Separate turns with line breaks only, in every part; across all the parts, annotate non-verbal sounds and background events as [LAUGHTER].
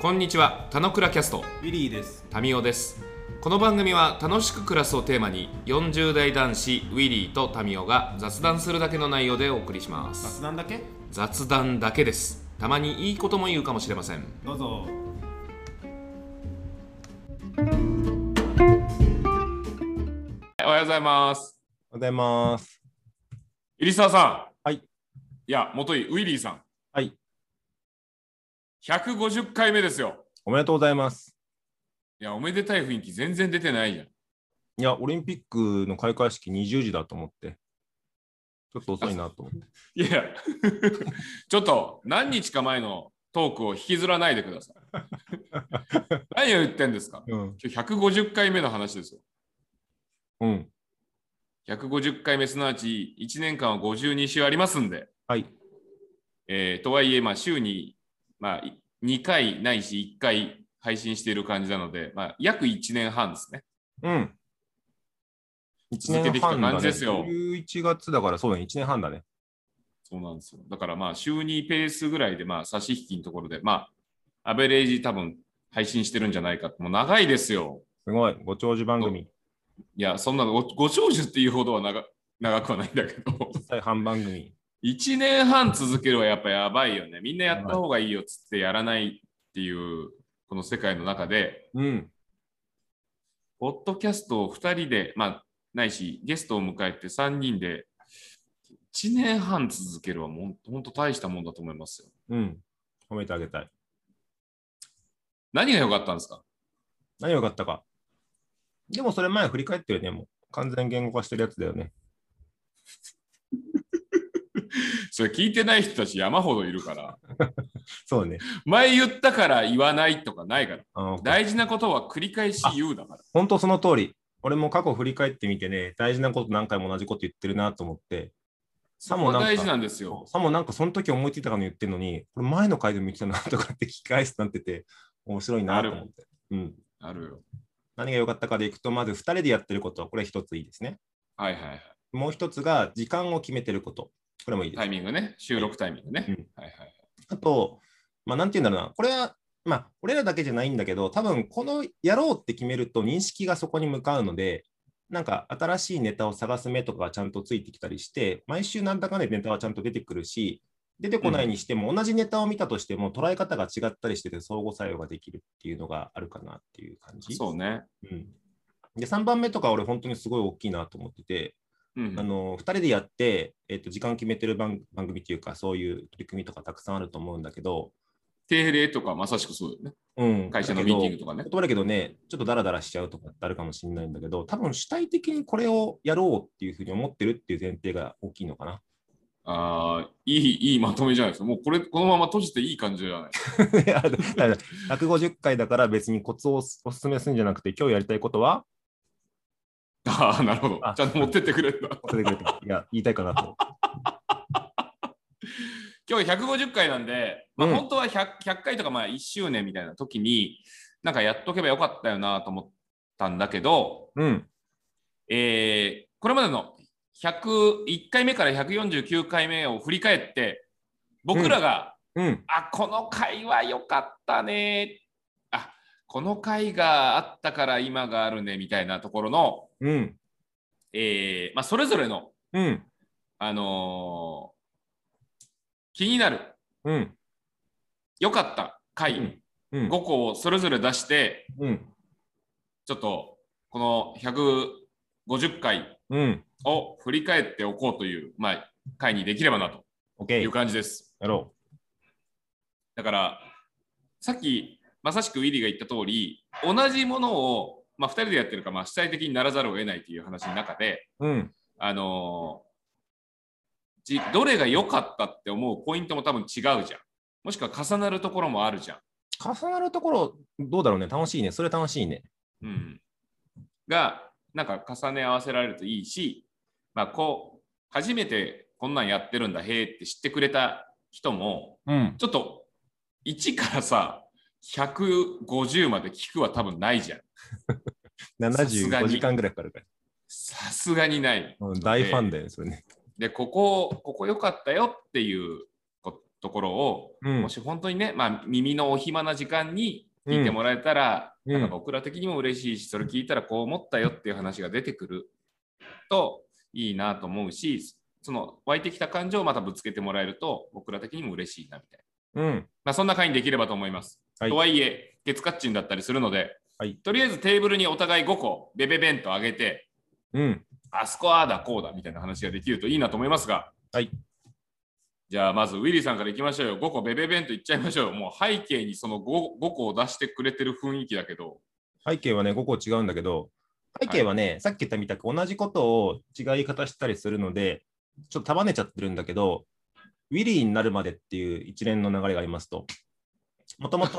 こんにちは、たのくらキャスト、
ウィリーです。
タミオです。この番組は楽しく暮らすをテーマに、40代男子ウィリーとタミオが雑談するだけの内容でお送りします。
雑談だけ
雑談だけです。たまにいいことも言うかもしれません。
どうぞ。
おはようございます。
おはようございます。
入澤さん。
はい。
いや、もといウィリーさん。
はい。
150回目ですよ。
おめでとうございます。
いや、おめでたい雰囲気全然出てないじゃん。
いや、オリンピックの開会式20時だと思って、ちょっと遅いなと思って。
いや、 [LAUGHS] ちょっと何日か前のトークを引きずらないでください。何を言ってんですか
うん。
今日150回目の話ですよ。
うん。
150回目、すなわち1年間は52週ありますんで、
はい。
えーとはいえ、まあ、週に、まあ、い2回ないし1回配信している感じなので、まあ、約1年半ですね。
うん。1
続けてき
年
た
半だ、
感
ね、
じですよ
11月だからそうだね、1年半だね。
そうなんですよ。だからまあ週2ペースぐらいでまあ差し引きのところで、まあアベレージ多分配信してるんじゃないかって。もう長いですよ。
すごい、ご長寿番組、
いや、そんなごご長寿っていうほどは長長くはないんだけど、
再販番組。
1年半続けるはやっぱやばいよね。みんなやった方がいいよっつってやらないっていう、この世界の中で、
うん。
ポッドキャストを2人で、まあ、ないし、ゲストを迎えて3人で、1年半続けるはもう本当大したもんだと思いますよ。
うん。褒めてあげたい。
何が良かったんですか
何が良かったか。でもそれ前振り返ってるね、もう。完全言語化してるやつだよね。
それ聞いてない人たち山ほどいるから、
そうね。
前言ったから言わないとかないから、
あの
大事なことは繰り返し言うだから。
本当その通り。俺も過去振り返ってみてね、大事なこと何回も同じこと言ってるなと思って、
そ
さ
こ
も
が
なんか
大事なんですよ。
さもなんかその時思いついたかの言ってるのに、これ前の回でも言ってたなとかって聞き返すなってて、面白いなと思って。うん。
あるよ。
何が良かったかでいくと、まず2人でやってること、これ一ついいですね。
はいはいはい。
もう一つが時間を決めてること。これもいいです。
タイミングね。収録タイミングね。はいはいはい。
あと、まあ、なんて言うんだろうな、これは、まあ、俺らだけじゃないんだけど、多分このやろうって決めると認識がそこに向かうので、なんか新しいネタを探す目とかがちゃんとついてきたりして、毎週なんだかんだでネタはちゃんと出てくるし、出てこないにしても、同じネタを見たとしても、捉え方が違ったりしてて、相互作用ができるっていうのがあるかなっていう感じ。
そうね。
うん、で、3番目とか、俺、本当にすごい大きいなと思ってて、
うん
あ。の2人でやって、えっと時間決めてる番番組っていうか、そういう取り組みとかたくさんあると思うんだけど、
定例とかまさしくそうだよね。
うん、
会社の
だけど
ミーティングとかね
言葉だけどね、ちょっとダラダラしちゃうとかってあるかもしれないんだけど、多分主体的にこれをやろうっていうふうに思ってるっていう前提が大きいのかな。 [LAUGHS]
ああ、いい、いいまとめじゃないですか。もうこれ、このまま閉じていい感じじゃない。
いやだから150回だから別にコツをおすおすすめするんじゃなくて、今日やりたいこ
[LAUGHS]
とは
ああ、なるほど
あ。
ちゃんと持ってってくれるな。
忘れてくれた。いや、言いたいかなと。
今日150回なんで、まあ、
うん
本当は 100, 100回とかまあ1周年みたいな時に、なんかやっとけばよかったよなと思ったんだけど、
うん、
えーこれまでの101回目から149回目を振り返って、僕らが、
うん、
あ、この回は良かったね、あ、この回があったから今があるねみたいなところの、
うん、
えーまあ、それぞれの、
うん、
あのー気になる
うん、
良かった回、
うんうん、
5個をそれぞれ出して、
うん、
ちょっとこの150回
うん、
を振り返っておこうという、まあ、回にできればなと
OK
いう、感じです。
やろ
だから、さっきまさしくウィリーが言った通り、同じものを、まあ、2人でやってるから、まあ、主体的にならざるを得ないという話の中で、
う。うん、
あのーじどれが良かったって思うポイントも多分違うじゃん。もしくは重なるところもあるじゃん。
重なるところ、どうだろうね。楽しいね。それ楽しいね。
うん、がなんか重ね合わせられるといいし、まあ、こう初めてこんなんやってるんだへーって知ってくれた人も
うん。
ちょっと1からさ150まで聞くは多分ないじゃんさすがに
75時間ぐらいかかるから。
さすがにない
うん大ファンだよね、それね。
でここここ良かったよっていうこ
ところを、
うん
もし本当にね、まあ、耳のお暇な時間に聞いてもらえたら、
うん
なんか僕ら的にも嬉しいし、それ聞いたらこう思ったよっていう話が出てくるといいなと思うし、その湧いてきた感情をまたぶつけてもらえると、僕ら的にも嬉しいなみたいな。
うん。
まあ、そんな会にできればと思います。
はい
とはいえ、月カッチンだったりするので、
はい
とりあえずテーブルにお互い5個、ベベベンとあげて、
うん。
あそこああだこうだみたいな話ができるといいなと思いますが、
はい。
じゃあまずウィリーさんからいきましょうよ。5個ベベベンと言っちゃいましょうよ。もう背景にその 5, 5個を出してくれてる雰囲気だけど、
背景はね、5個違うんだけど、背景はね、さっき言ったみたく同じことを違い方したりするので、ちょっと束ねちゃってるんだけど、ウィリーになるまでっていう一連の流れがありますと、もともと、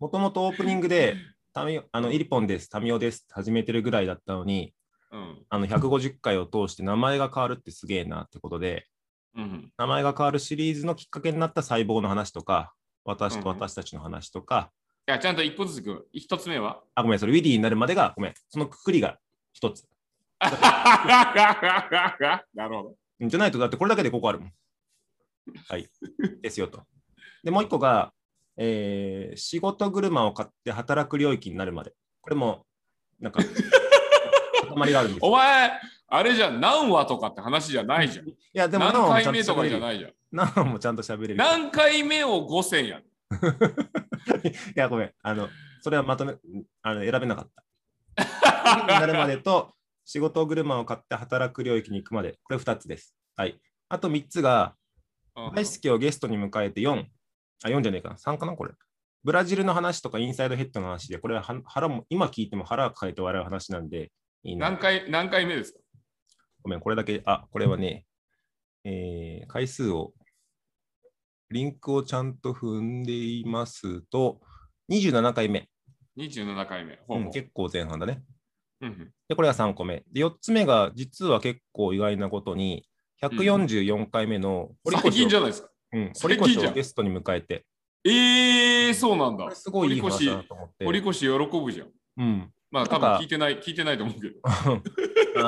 もともとオープニングで、タミオあのイリポンです、タミオですって始めてるぐらいだったのに、
うん、
あの150回を通して名前が変わるってすげえなってことで、
うん、
名前が変わるシリーズのきっかけになった細胞の話とか、私と私たちの話とか、
いやちゃんと1個ずついく。1つ目は
あ、ごめん、それウィリーになるまでが、ごめん、そのくくりが一つ。
なるほど。
うん [LAUGHS] じゃないと、だってこれだけで5個あるもん。
[LAUGHS]
はい。ですよと。で、もう一個が、えー仕事車を買って働く領域になるまで。これも、な
[LAUGHS]
んか、塊があるんです
お
よ
前、あれじゃん何話とかって話じゃないじゃん。
いや、でも、
何
ナオもちゃ
回
ん
目と
と喋
か
れ
じゃ
る。
ないじゃん。
ナオもちゃんと喋れる。い
何回目を5000やん。
や、ごめん。あの、それはまとめ、あの選べな
[LAUGHS]
かった。になるまでと、仕事車を買って働く領域に行くまで。これ2つです。はい。あと3つが、
うん
大輔をゲストに迎えて4、あ、4じゃねえかな、3かな、これ。ブラジルの話とかインサイドヘッドの話で、これはは腹も、今聞いても腹を抱えて笑う話なんで、いい
何
な。
回何回目ですか
ごめん、これだけ、あ、これはね、えー回数を、リンクをちゃんと踏んでいますと、27回目、
?27 回目。ほ
う
うんほう
結構前半だね。
うん
で、これが3個目。で、4つ目が、実は結構意外なことに、144回目の
うん
堀
最
越
近じ
を、
ゃないですか。
うん、堀
最近じゃん
越をゲストに迎えて、
ええー、そうなん
こ
だ
れ。すごいいい
堀
話
越
だなと思って。
堀越喜ぶじゃん。
うん、
まあ多分
なんか
聞いてない、聞いてないと思うけど。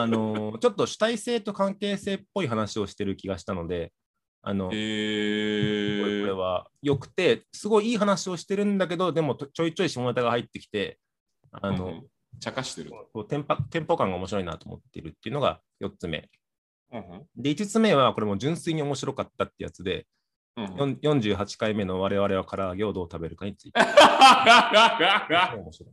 あのーちょっと主体性と関係性っぽい話をしてる気がしたので、あの、
え
これこれ
ー、
は良くて、すごいいい話をしてるんだけど、でもとちょいちょい下ネタが入ってきて、あ
うんう
の
ん、茶化してる。
こうテンパテンポ感が面白いなと思ってるっていうのが4つ目。
うんうん
で、5つ目は、これも純粋に面白かったってやつで、
うんう [LAUGHS]
よ
ん
ん48回目の我々は唐揚げをどう食べるかについて。面白い。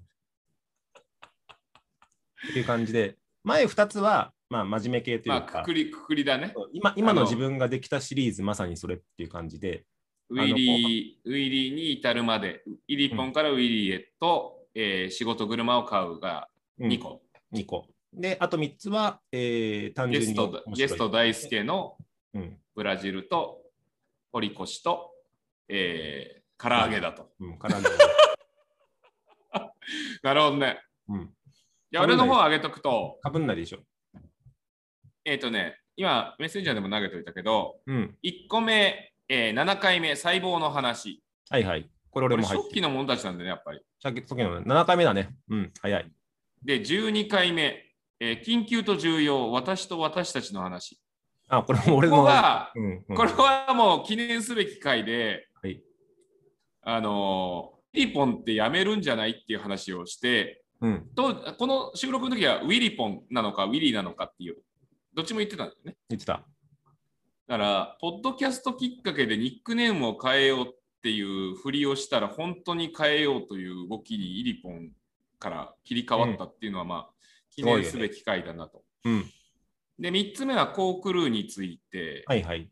っていう感じで、前2つは、まあ、真面目系とい
ま
う
あ
か、
くくりくくりだね。
そう今今の
あの
自分ができたシリーズ、まさにそれっていう感じで、
ウィリーウィリーに至るまで、イリポンからウィリーへと、えー仕事車を買うが
うん
2個。
二個。で、あと3つは、えー、単
ゲ
純
ス
に
ト
面白い
ゲスト大輔の
うん、
ブラジルと堀越と、えー、唐揚げだと。
うん、からの、
なるほどね。
うん、
いや、俺の方上げとくと、
かぶんないでしょ。
えっ、とね、今、メッセンジャーでも投げといたけど、
うん、
1個目、えー7回目、細胞の話。
はいはい。これ
こ
俺
れ、
も入っ
初
て
期
る。
の者たちなんでね、やっぱり。
さっきさっきの7回目だね。うん、早い。
で、12回目、えー緊急と重要、私と私たちの話。
あ、これも俺
ここ
の。
が、
うんうん、
これはもう記念すべき回で、
はい
あのー、ウィリポンってやめるんじゃないっていう話をして、
うん、
とこの収録の時はウィリポンなのかウィリーなのかっていう、どっちも言ってたんだよね。
言ってた。
だから、ポッドキャストきっかけでニックネームを変えようっていうふりをしたら、本当に変えようという動きにイリポンから切り替わったっていうのは、まあ、記
すごいよね
念すべき回だなと。
うん、
で、3つ目はコークルーについて、
はいはい。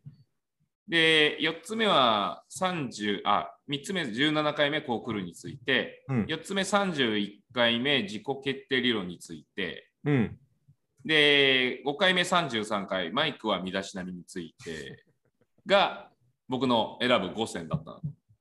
で、4つ目は30、あ、3つ目17回目コークルーについて、
うん、
4つ目31回目自己決定理論について、
うん、
で、5回目33回、マイクは身だしなみについてが、僕の選ぶ5選だったの。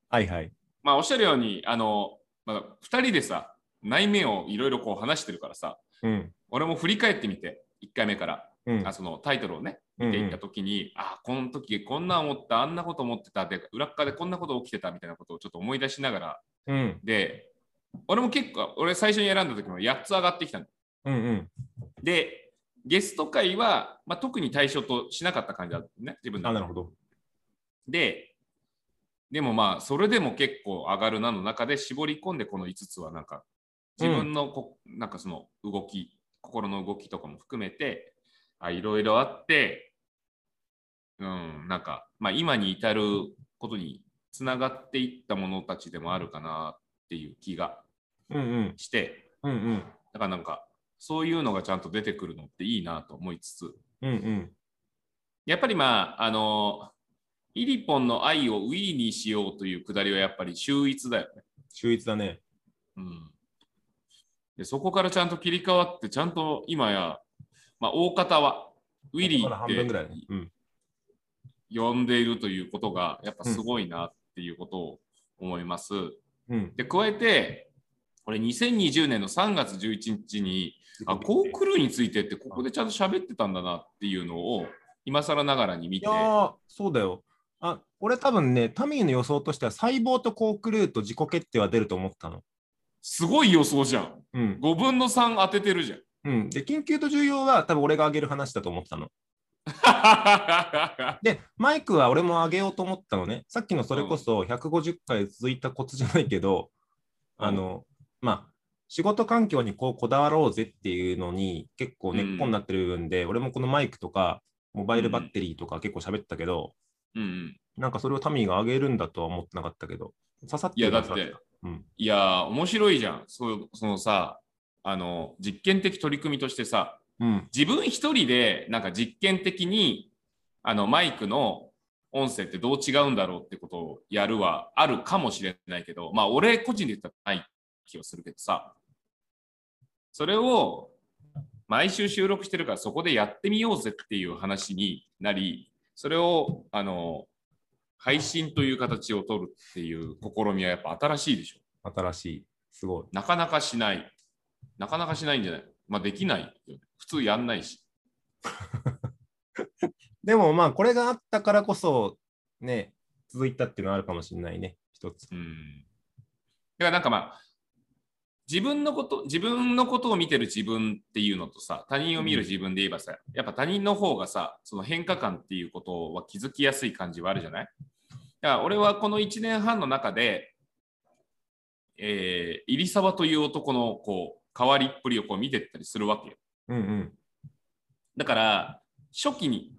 はいはい。
まあ、おっしゃるように、あの、まあ、2人でさ、内面をいろいろこう話してるからさ、
うん、
俺も振り返ってみて、1回目から、
うん
あ、そのタイトルをね、
うん
っていった時に、あこの時こんなん思ったあんなこと思ってたで裏っ側でこんなこと起きてたみたいなことをちょっと思い出しながら
うん、うん、
で俺も結構俺最初に選んだ時も8つ上がってきたの
うん、うん
でゲスト会は、まあ、特に対象としなかった感じだったね自分
あ、
の
なる
中
ほ
で
ど。
で、でもまあ、それでも結構上がるなの中で絞り込んで、この5つはなんか、自分のこ、なんかその動き、心の動きとかも含めて、あいろいろあって、うん、なんか、まあ、今に至ることにつながっていったものたちでもあるかなっていう気が
うんうん
して、
うんうん
だからなんか、そういうのがちゃんと出てくるのっていいなと思いつつ、
うんうん
やっぱりまあ、あの、イリポンの愛をウィーにしようというくだりはやっぱり秀逸だよね。
秀逸だね
うん、でそこからちゃんと切り替わって、ちゃんと今や、まあ、大方はウィリ
まだ半分ぐ
ー
ら
っ
いね
て
うん
呼んでいるということが、やっぱすごいなっていうことを思います。
うん
で、加えて、これ2020年の3月11日に、あ、航空ルーについてって、ここでちゃんと喋ってたんだなっていうのを、今更ながらに見
い
て
や、ーそうだよあ俺多分ねタミーの予想としては細胞とコークルーと自己決定は出ると思ったの
すごい予想じゃん。
うん
5分の3当ててるじゃん。 [LAUGHS]
うん、で緊急と重要は多分俺が上げる話だと思ってたの。で、マイクは俺も上げようと思ったのね。さっきのそれこそ150回続いたコツじゃないけど、
うん
あの、まあ、仕事環境にこうこだわろうぜっていうのに結構根っこになってる部分で、俺もこのマイクとかモバイルバッテリーとか結構喋ったけど、
うんうん、
なんかそれをタミーが上げるんだとは思ってなかったけど、刺さって
いや
る
だ
な
って、
うん
いやー面白いじゃんそうそのさあの実験的取り組みとしてさ
うん、
自分一人でなんか実験的にあのマイクの音声ってどう違うんだろうってことをやるはあるかもしれないけどまあ俺個人で言ったらない気がするけどさそれを毎週収録してるからそこでやってみようぜっていう話になりそれをあの配信という形を取るっていう試みはやっぱ新しいでしょ
新しい。すごい。
なかなかしないなかなかしないんじゃないまあできないよね普通やんないし
でもまあ、これがあったからこそ、ね、続いたっていうのはあるかもしれないね、一つ。
うんだからなんかまあ自分のこと自分のことを見てる自分っていうのとさ他人を見る自分で言えばさ、やっぱ他人の方がさその変化感っていうことは気づきやすい感じはあるじゃないだから俺はこの1年半の中で、えー、入沢という男のこう変わりっぷりをこう見てったりするわけよ
うんうん。
だから初期に、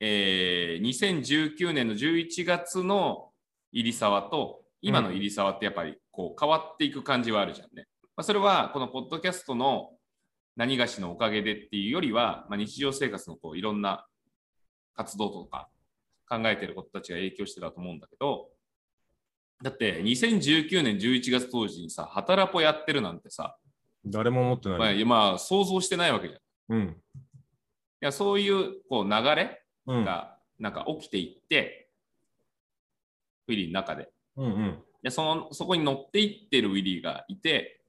えー2019年の11月の入沢と今の入沢ってやっぱりこう変わっていく感じはあるじゃんね。まあ、それはこのポッドキャストの何がしのおかげでっていうよりは、まあ、日常生活のこういろんな活動とか考えてることたちが影響してたと思うんだけどだって2019年11月当時にさ「働ぽ」やってるなんてさ、
誰も思ってない。
まあ、まあ想像してないわけじゃん。い
うん。
やそういうこう流れ
うん。
がなんか起きていって、ウィリーの中で
うんうん。
でそのそこに乗っていってるウィリーがいて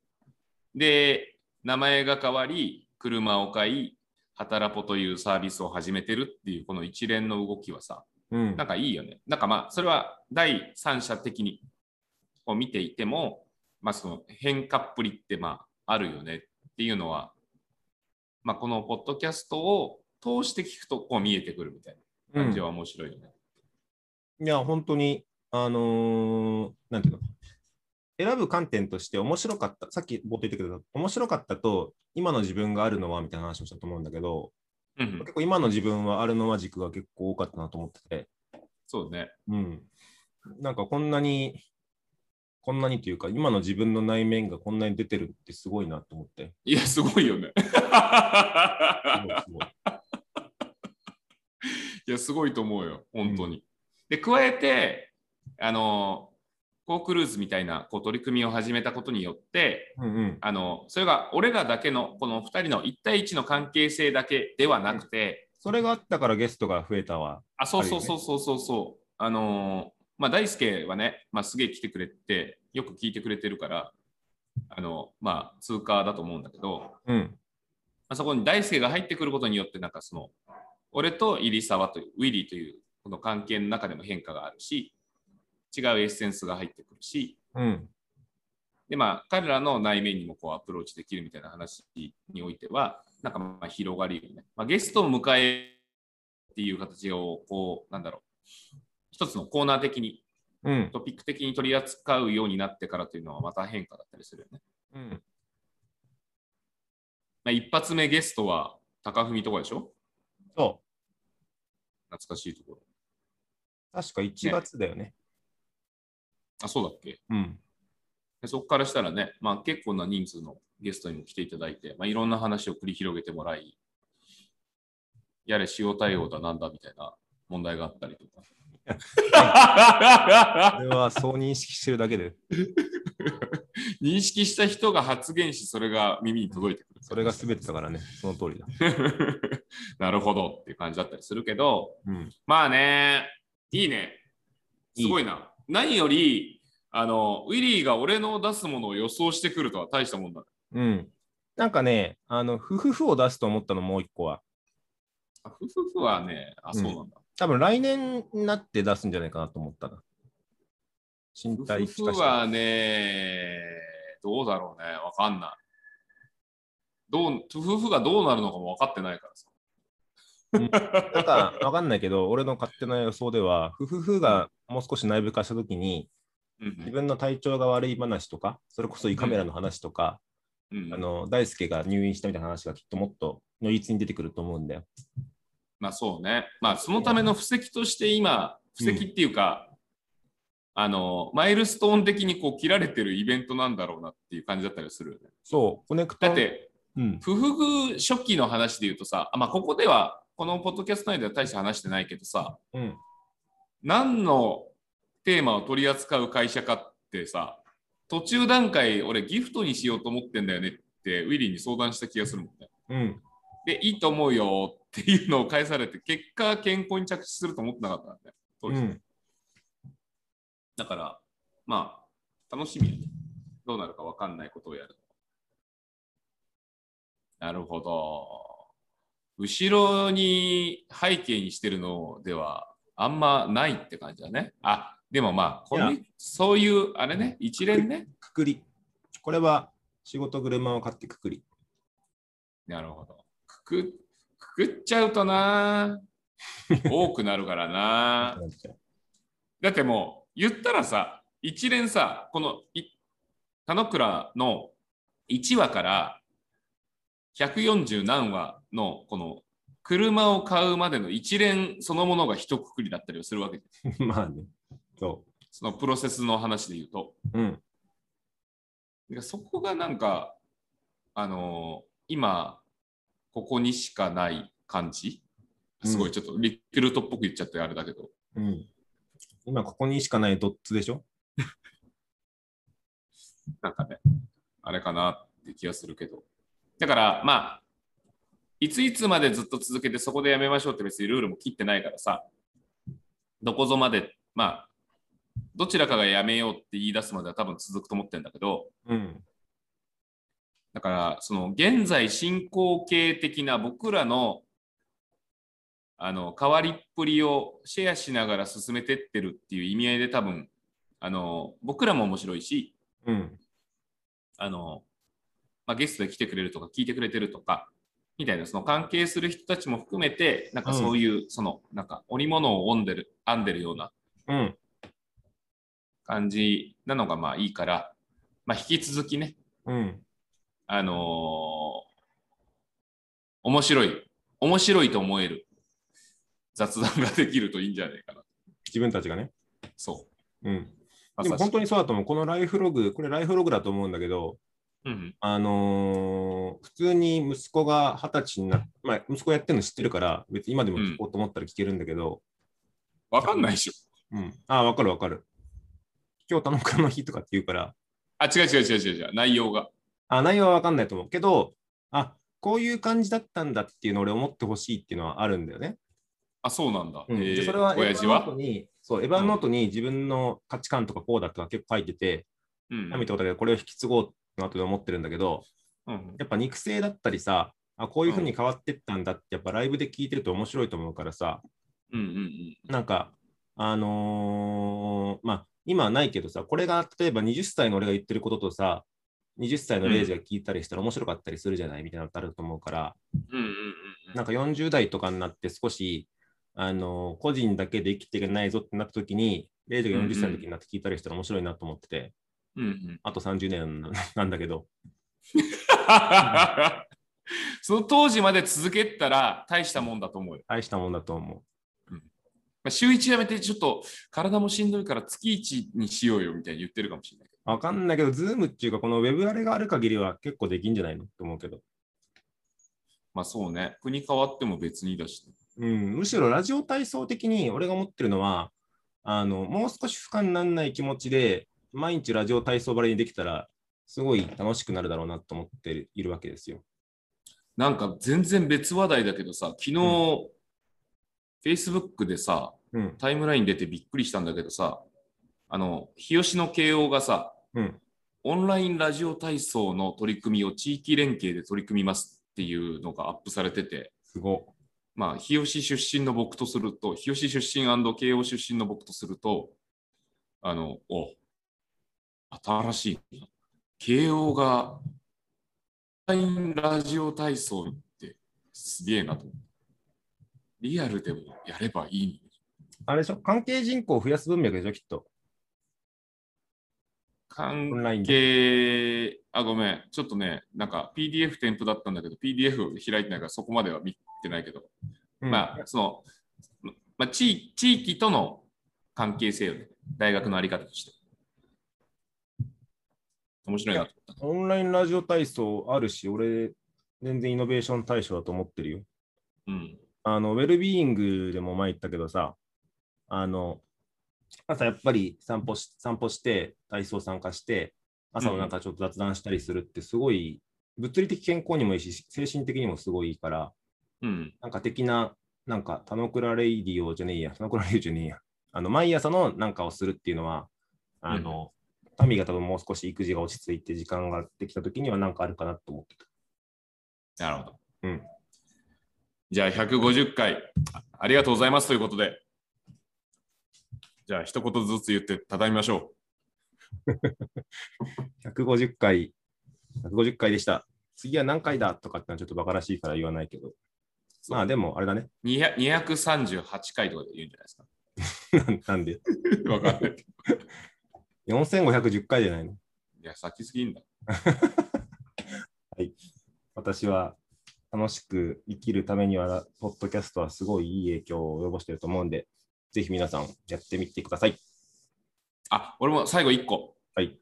で名前が変わり車を買い働ぽというサービスを始めてるっていうこの一連の動きはさ
うん
なんかいいよねなんかまあそれは第三者的にこう見ていても、まあ、その変化っぷりってまああるよねっていうのは、まあ、このポッドキャストを通して聞くとこう見えてくるみたいな。感じは面白いよね。
いや、本当に、あのーなんていうの、選ぶ観点として面白かった、さっき冒頭言ったけど、面白かったと、今の自分があるのはみたいな話をしたと思うんだけど、
うんうん
結構今の自分はあるのは軸が結構多かったなと思ってて、
そうね。
うん。なんかこんなに、こんなにというか、今の自分の内面がこんなに出てるってすごいなと思って。
いや、すごいよね。 [LAUGHS]
すごいすごい
いや、すごいと思うよ、本当に。で、加えて、あの、コークルーズみたいなこう取り組みを始めたことによって、
うんうん。
あのそれが俺らだけのこの2人の1対1の関係性だけではなくて、
それがあったからゲストが増えたわ。
あ、そうそうそうそうそうそう、あのーまあ、大輔はね、まあ、すげえ来てくれて、よく聞いてくれてるから、あの、まあ、通過だと思うんだけど、
うん。
まあ、そこに大輔が入ってくることによってなんかその俺と入沢というウィリーというこの関係の中でも変化があるし違うエッセンスが入ってくるし
うん。
でまあ彼らの内面にもこうアプローチできるみたいな話においてはなんかまあ広がりよね、まあ、ゲストを迎えっていう形をこうなんだろう
一つのコーナー的に、
うん。
トピック的に取り扱うようになってからというのはまた変化だったりするよね。
うん。
まあ、一発目ゲストは高文とかでしょ
そ
懐かしいところ。
う。確か1月だよね。
あ、そうだっけ
うん。
でそこからしたらね、まあ、結構な人数のゲストにも来ていただいて、まあ、いろんな話を繰り広げてもらい、やれ、塩対応だなんだみたいな問題があったりと
[LAUGHS] こ
か。
れはそう認識してるだけで、
認識した人が発言し、それが耳に届いてくる。
それが全てだからね、その通りだ。
[LAUGHS] なるほどっていう感じだったりするけど、
うん。
まあね、いいね。
いい
すごいな。何より、あの、ウィリーが俺の出すものを予想してくるとは大したもんだ。
うん。なんかね、あの、ふふふを出すと思ったの、もう一個は。
あふふふはね、あ、そうなんだ。
多分来年になって出すんじゃないかなと思ったな。身体
ふふふはね、どうだろうね。わかんない。どう、ふふふがどうなるのかも分かってないからさ。
なんかわかんないけど、俺の勝手な予想では、ふふふがもう少し内部化したときに、
うん
自分の体調が悪い話とか、それこそ胃カメラの話とか、
うん、うん
あの大輔が入院したみたいな話がきっともっと如実に出てくると思うんだよ。
まあそうね。まあそのための布石として今、布石っていうか、あの、マイルストーン的にこう切られてるイベントなんだろうなっていう感じだったりするよね。
そう、コネクト。
だっ、て、
うん、
不服初期の話で言うとさ、あまあここでは、このポッドキャスト内では大して話してないけどさ、
うん、
何のテーマを取り扱う会社かってさ、途中段階、俺ギフトにしようと思ってんだよねって、ウィリーに相談した気がするもんね。
うん。
で、いいと思うよっていうのを返されて、結果、健康に着地すると思ってなかったんだよ。当時
うん
だから、まあ、楽しみやね。どうなるか分かんないことをやる。なるほど。後ろに背景にしてるのでは、あんまないって感じだね。あ、でもまあ、これ
い
そういう、あれね、一連ね。
くくり。これは仕事車を買ってくくり。
なるほど。くく、くくっちゃうとな、多くなるからな。だってもう言ったらさ一連さこのい田之倉の1話から140何話のこの車を買うまでの一連そのものが一括りだったりをするわけです。
[LAUGHS] まあね。そ
そのプロセスの話で言うと。
う。うん。
だからそこがなんか、あのー今、ここにしかない感じ。すごい、ちょっとリクルートっぽく言っちゃってあれだけど。
うん。今ここにしかないドッツでしょ
なんかね、あれかなって気がするけど。だから、まあ、いついつまでずっと続けてそこでやめましょうって別にルールも切ってないからさ、どこぞまで、まあ、どちらかがやめようって言い出すまでは多分続くと思ってるんだけど、
うん。
だから、その現在進行形的な僕らのあの変わりっぷりをシェアしながら進めてってるっていう意味合いで多分、あの僕らも面白いし、
うん。
あの、まあ、ゲストで来てくれるとか聞いてくれてるとか、みたいな、その関係する人たちも含めて、なんかそういう、その、なんか織物を編んでる、編んでるような
うん。
感じなのがまあいいから、まあ引き続きね、
うん。
あのー面白い、面白いと思える雑談ができるといいんじゃないかな。
自分たちがね。
そ
うん。
う。
でも本当にそうだと思う。このライフログ、これライフログだと思うんだけど、
うん
あのー普通に息子が二十歳になって、まあ、息子やってるの知ってるから、別に今でも聞こうと思ったら聞けるんだけど、
うん。わかんないでしょ。
うん。ああ、わかるわかる。今日、田中の日とかって言うから、
あ、違う違う違う違う違う、内容が。
あ内容はわかんないと思うけど、あこういう感じだったんだっていうのを俺思ってほしいっていうのはあるんだよね。
あ、そうなんだ。
うん
えー
でそれはエヴ
親
ァ
父
ノー
は
トに、そう、エヴァノートに自分の価値観とかこうだとか結構書いてて、
うん
見たことだけど、これを引き継ごうなと思ってるんだけど、
うん
やっぱ肉声だったりさ、あこういうふうに変わってったんだって、やっぱライブで聞いてると面白いと思うからさ、
うんうん
なんか、あのーまあ、今はないけどさ、これが例えば20歳の俺が言ってることとさ、20歳のレイジが聞いたりしたら面白かったりするじゃないみたいなのってあると思うから、
うんうんうんうんうん
なんか40代とかになって少しあの、個人だけで生きていけないぞってなった時に、レイジが40歳の時になって聞いたりしたら面白いなと思ってて、
うんうん、
あと30年ななんだけど、
その当時まで続けてたら大したもんだと思うよ。
大したもんだと思う。
まあ、週1やめてちょっと体もしんどいから月1にしようよみたいに言ってるかもしれないけど。
わかんないけど、ズームっていうか、このウェブあれがある限りは結構できんじゃないのと思うけど。
まあそうね。国変わっても別にだし、
うん、むしろラジオ体操的に俺が思ってるのは、あの、もう少し負荷にならない気持ちで、毎日ラジオ体操ばりにできたら、すごい楽しくなるだろうなと思っているわけですよ。
なんか全然別話題だけどさ、昨日、Facebook でさ、
うん。
タイムライン出てびっくりしたんだけどさ、あの、日吉の慶応がさ、
うん。
オンラインラジオ体操の取り組みを地域連携で取り組みますっていうのがアップされてて、
すご。
まあ、日吉出身の僕とすると、日吉出身慶応出身の僕とすると、あの、お、新しいな。慶応が、オンラインラジオ体操ってすげえなと思って。リアルでもやればいいのに。
あれでしょ関係人口を増やす文脈でしょきっと。オン
関
ラインで。
係、あ、ごめん。ちょっとね、なんか PDF 添付だったんだけど、PDF 開いてないからそこまでは見てないけど、
うん
まあ、その、まあ、地域地域との関係性よね。大学のあり方として。面白いなと思っ
オンラインラジオ体操あるし、俺、全然イノベーション対象だと思ってるよ。
た。うん。
あの、ウェルビーイングでも前言ったけどさ、あの、朝やっぱり散歩し散歩して、体操参加して、朝のなんかちょっと雑談したりするって、すごい、物理的健康にもいいし、精神的にもすごいいいから、
うん。
なんか的な、なんか、田之倉レイディオじゃねえや、田之倉レイディオじゃねえや、あの、毎朝のなんかをするっていうのは、あの、民が多分もう少し育児が落ち着いて時間ができた時にはなんかあるかなと思ってた。
なるほど。
うん。
じゃあ、150回、あありがとうございますということで、じゃあ、一言ずつ言って畳みましょう。
150回、150回でした。次は何回だとかってのはちょっとバカらしいから言わないけど。まあでも、あれだね。 [LAUGHS]
200 238回とかで言うんじゃないですか。
なんなんで、 [LAUGHS]
わかんない。い
4510回じゃないの。
や、先すぎんだ。
私は楽しく生きるためには、ポッドキャストはすごいいい影響を及ぼしてると思うんで、ぜひ皆さんやってみてください。
あ、俺も最後1個。
はい。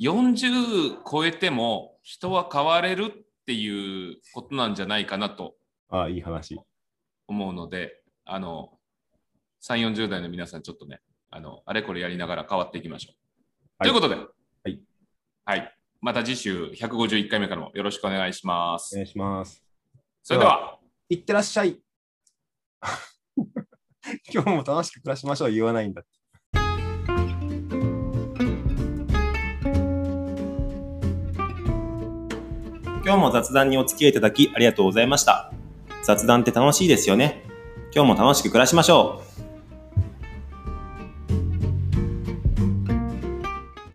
40超えても人は変われるっていうことなんじゃないかなと
ああ、いい話。
思うので、あの、3、40代の皆さん、ちょっとね、あの、あれこれやりながら変わっていきましょう。
はい
ということで、
い
はい。また次週151回目からもよろしくお願いしま
お
す。
願いします。
それでは、
いってらっしゃい。 [LAUGHS] 今日も楽しく暮らしましょう。言わないんだ。今日も雑談にお付き合いいただきありがとうございました。雑談って楽しいですよね。今日も楽しく暮らしましょう。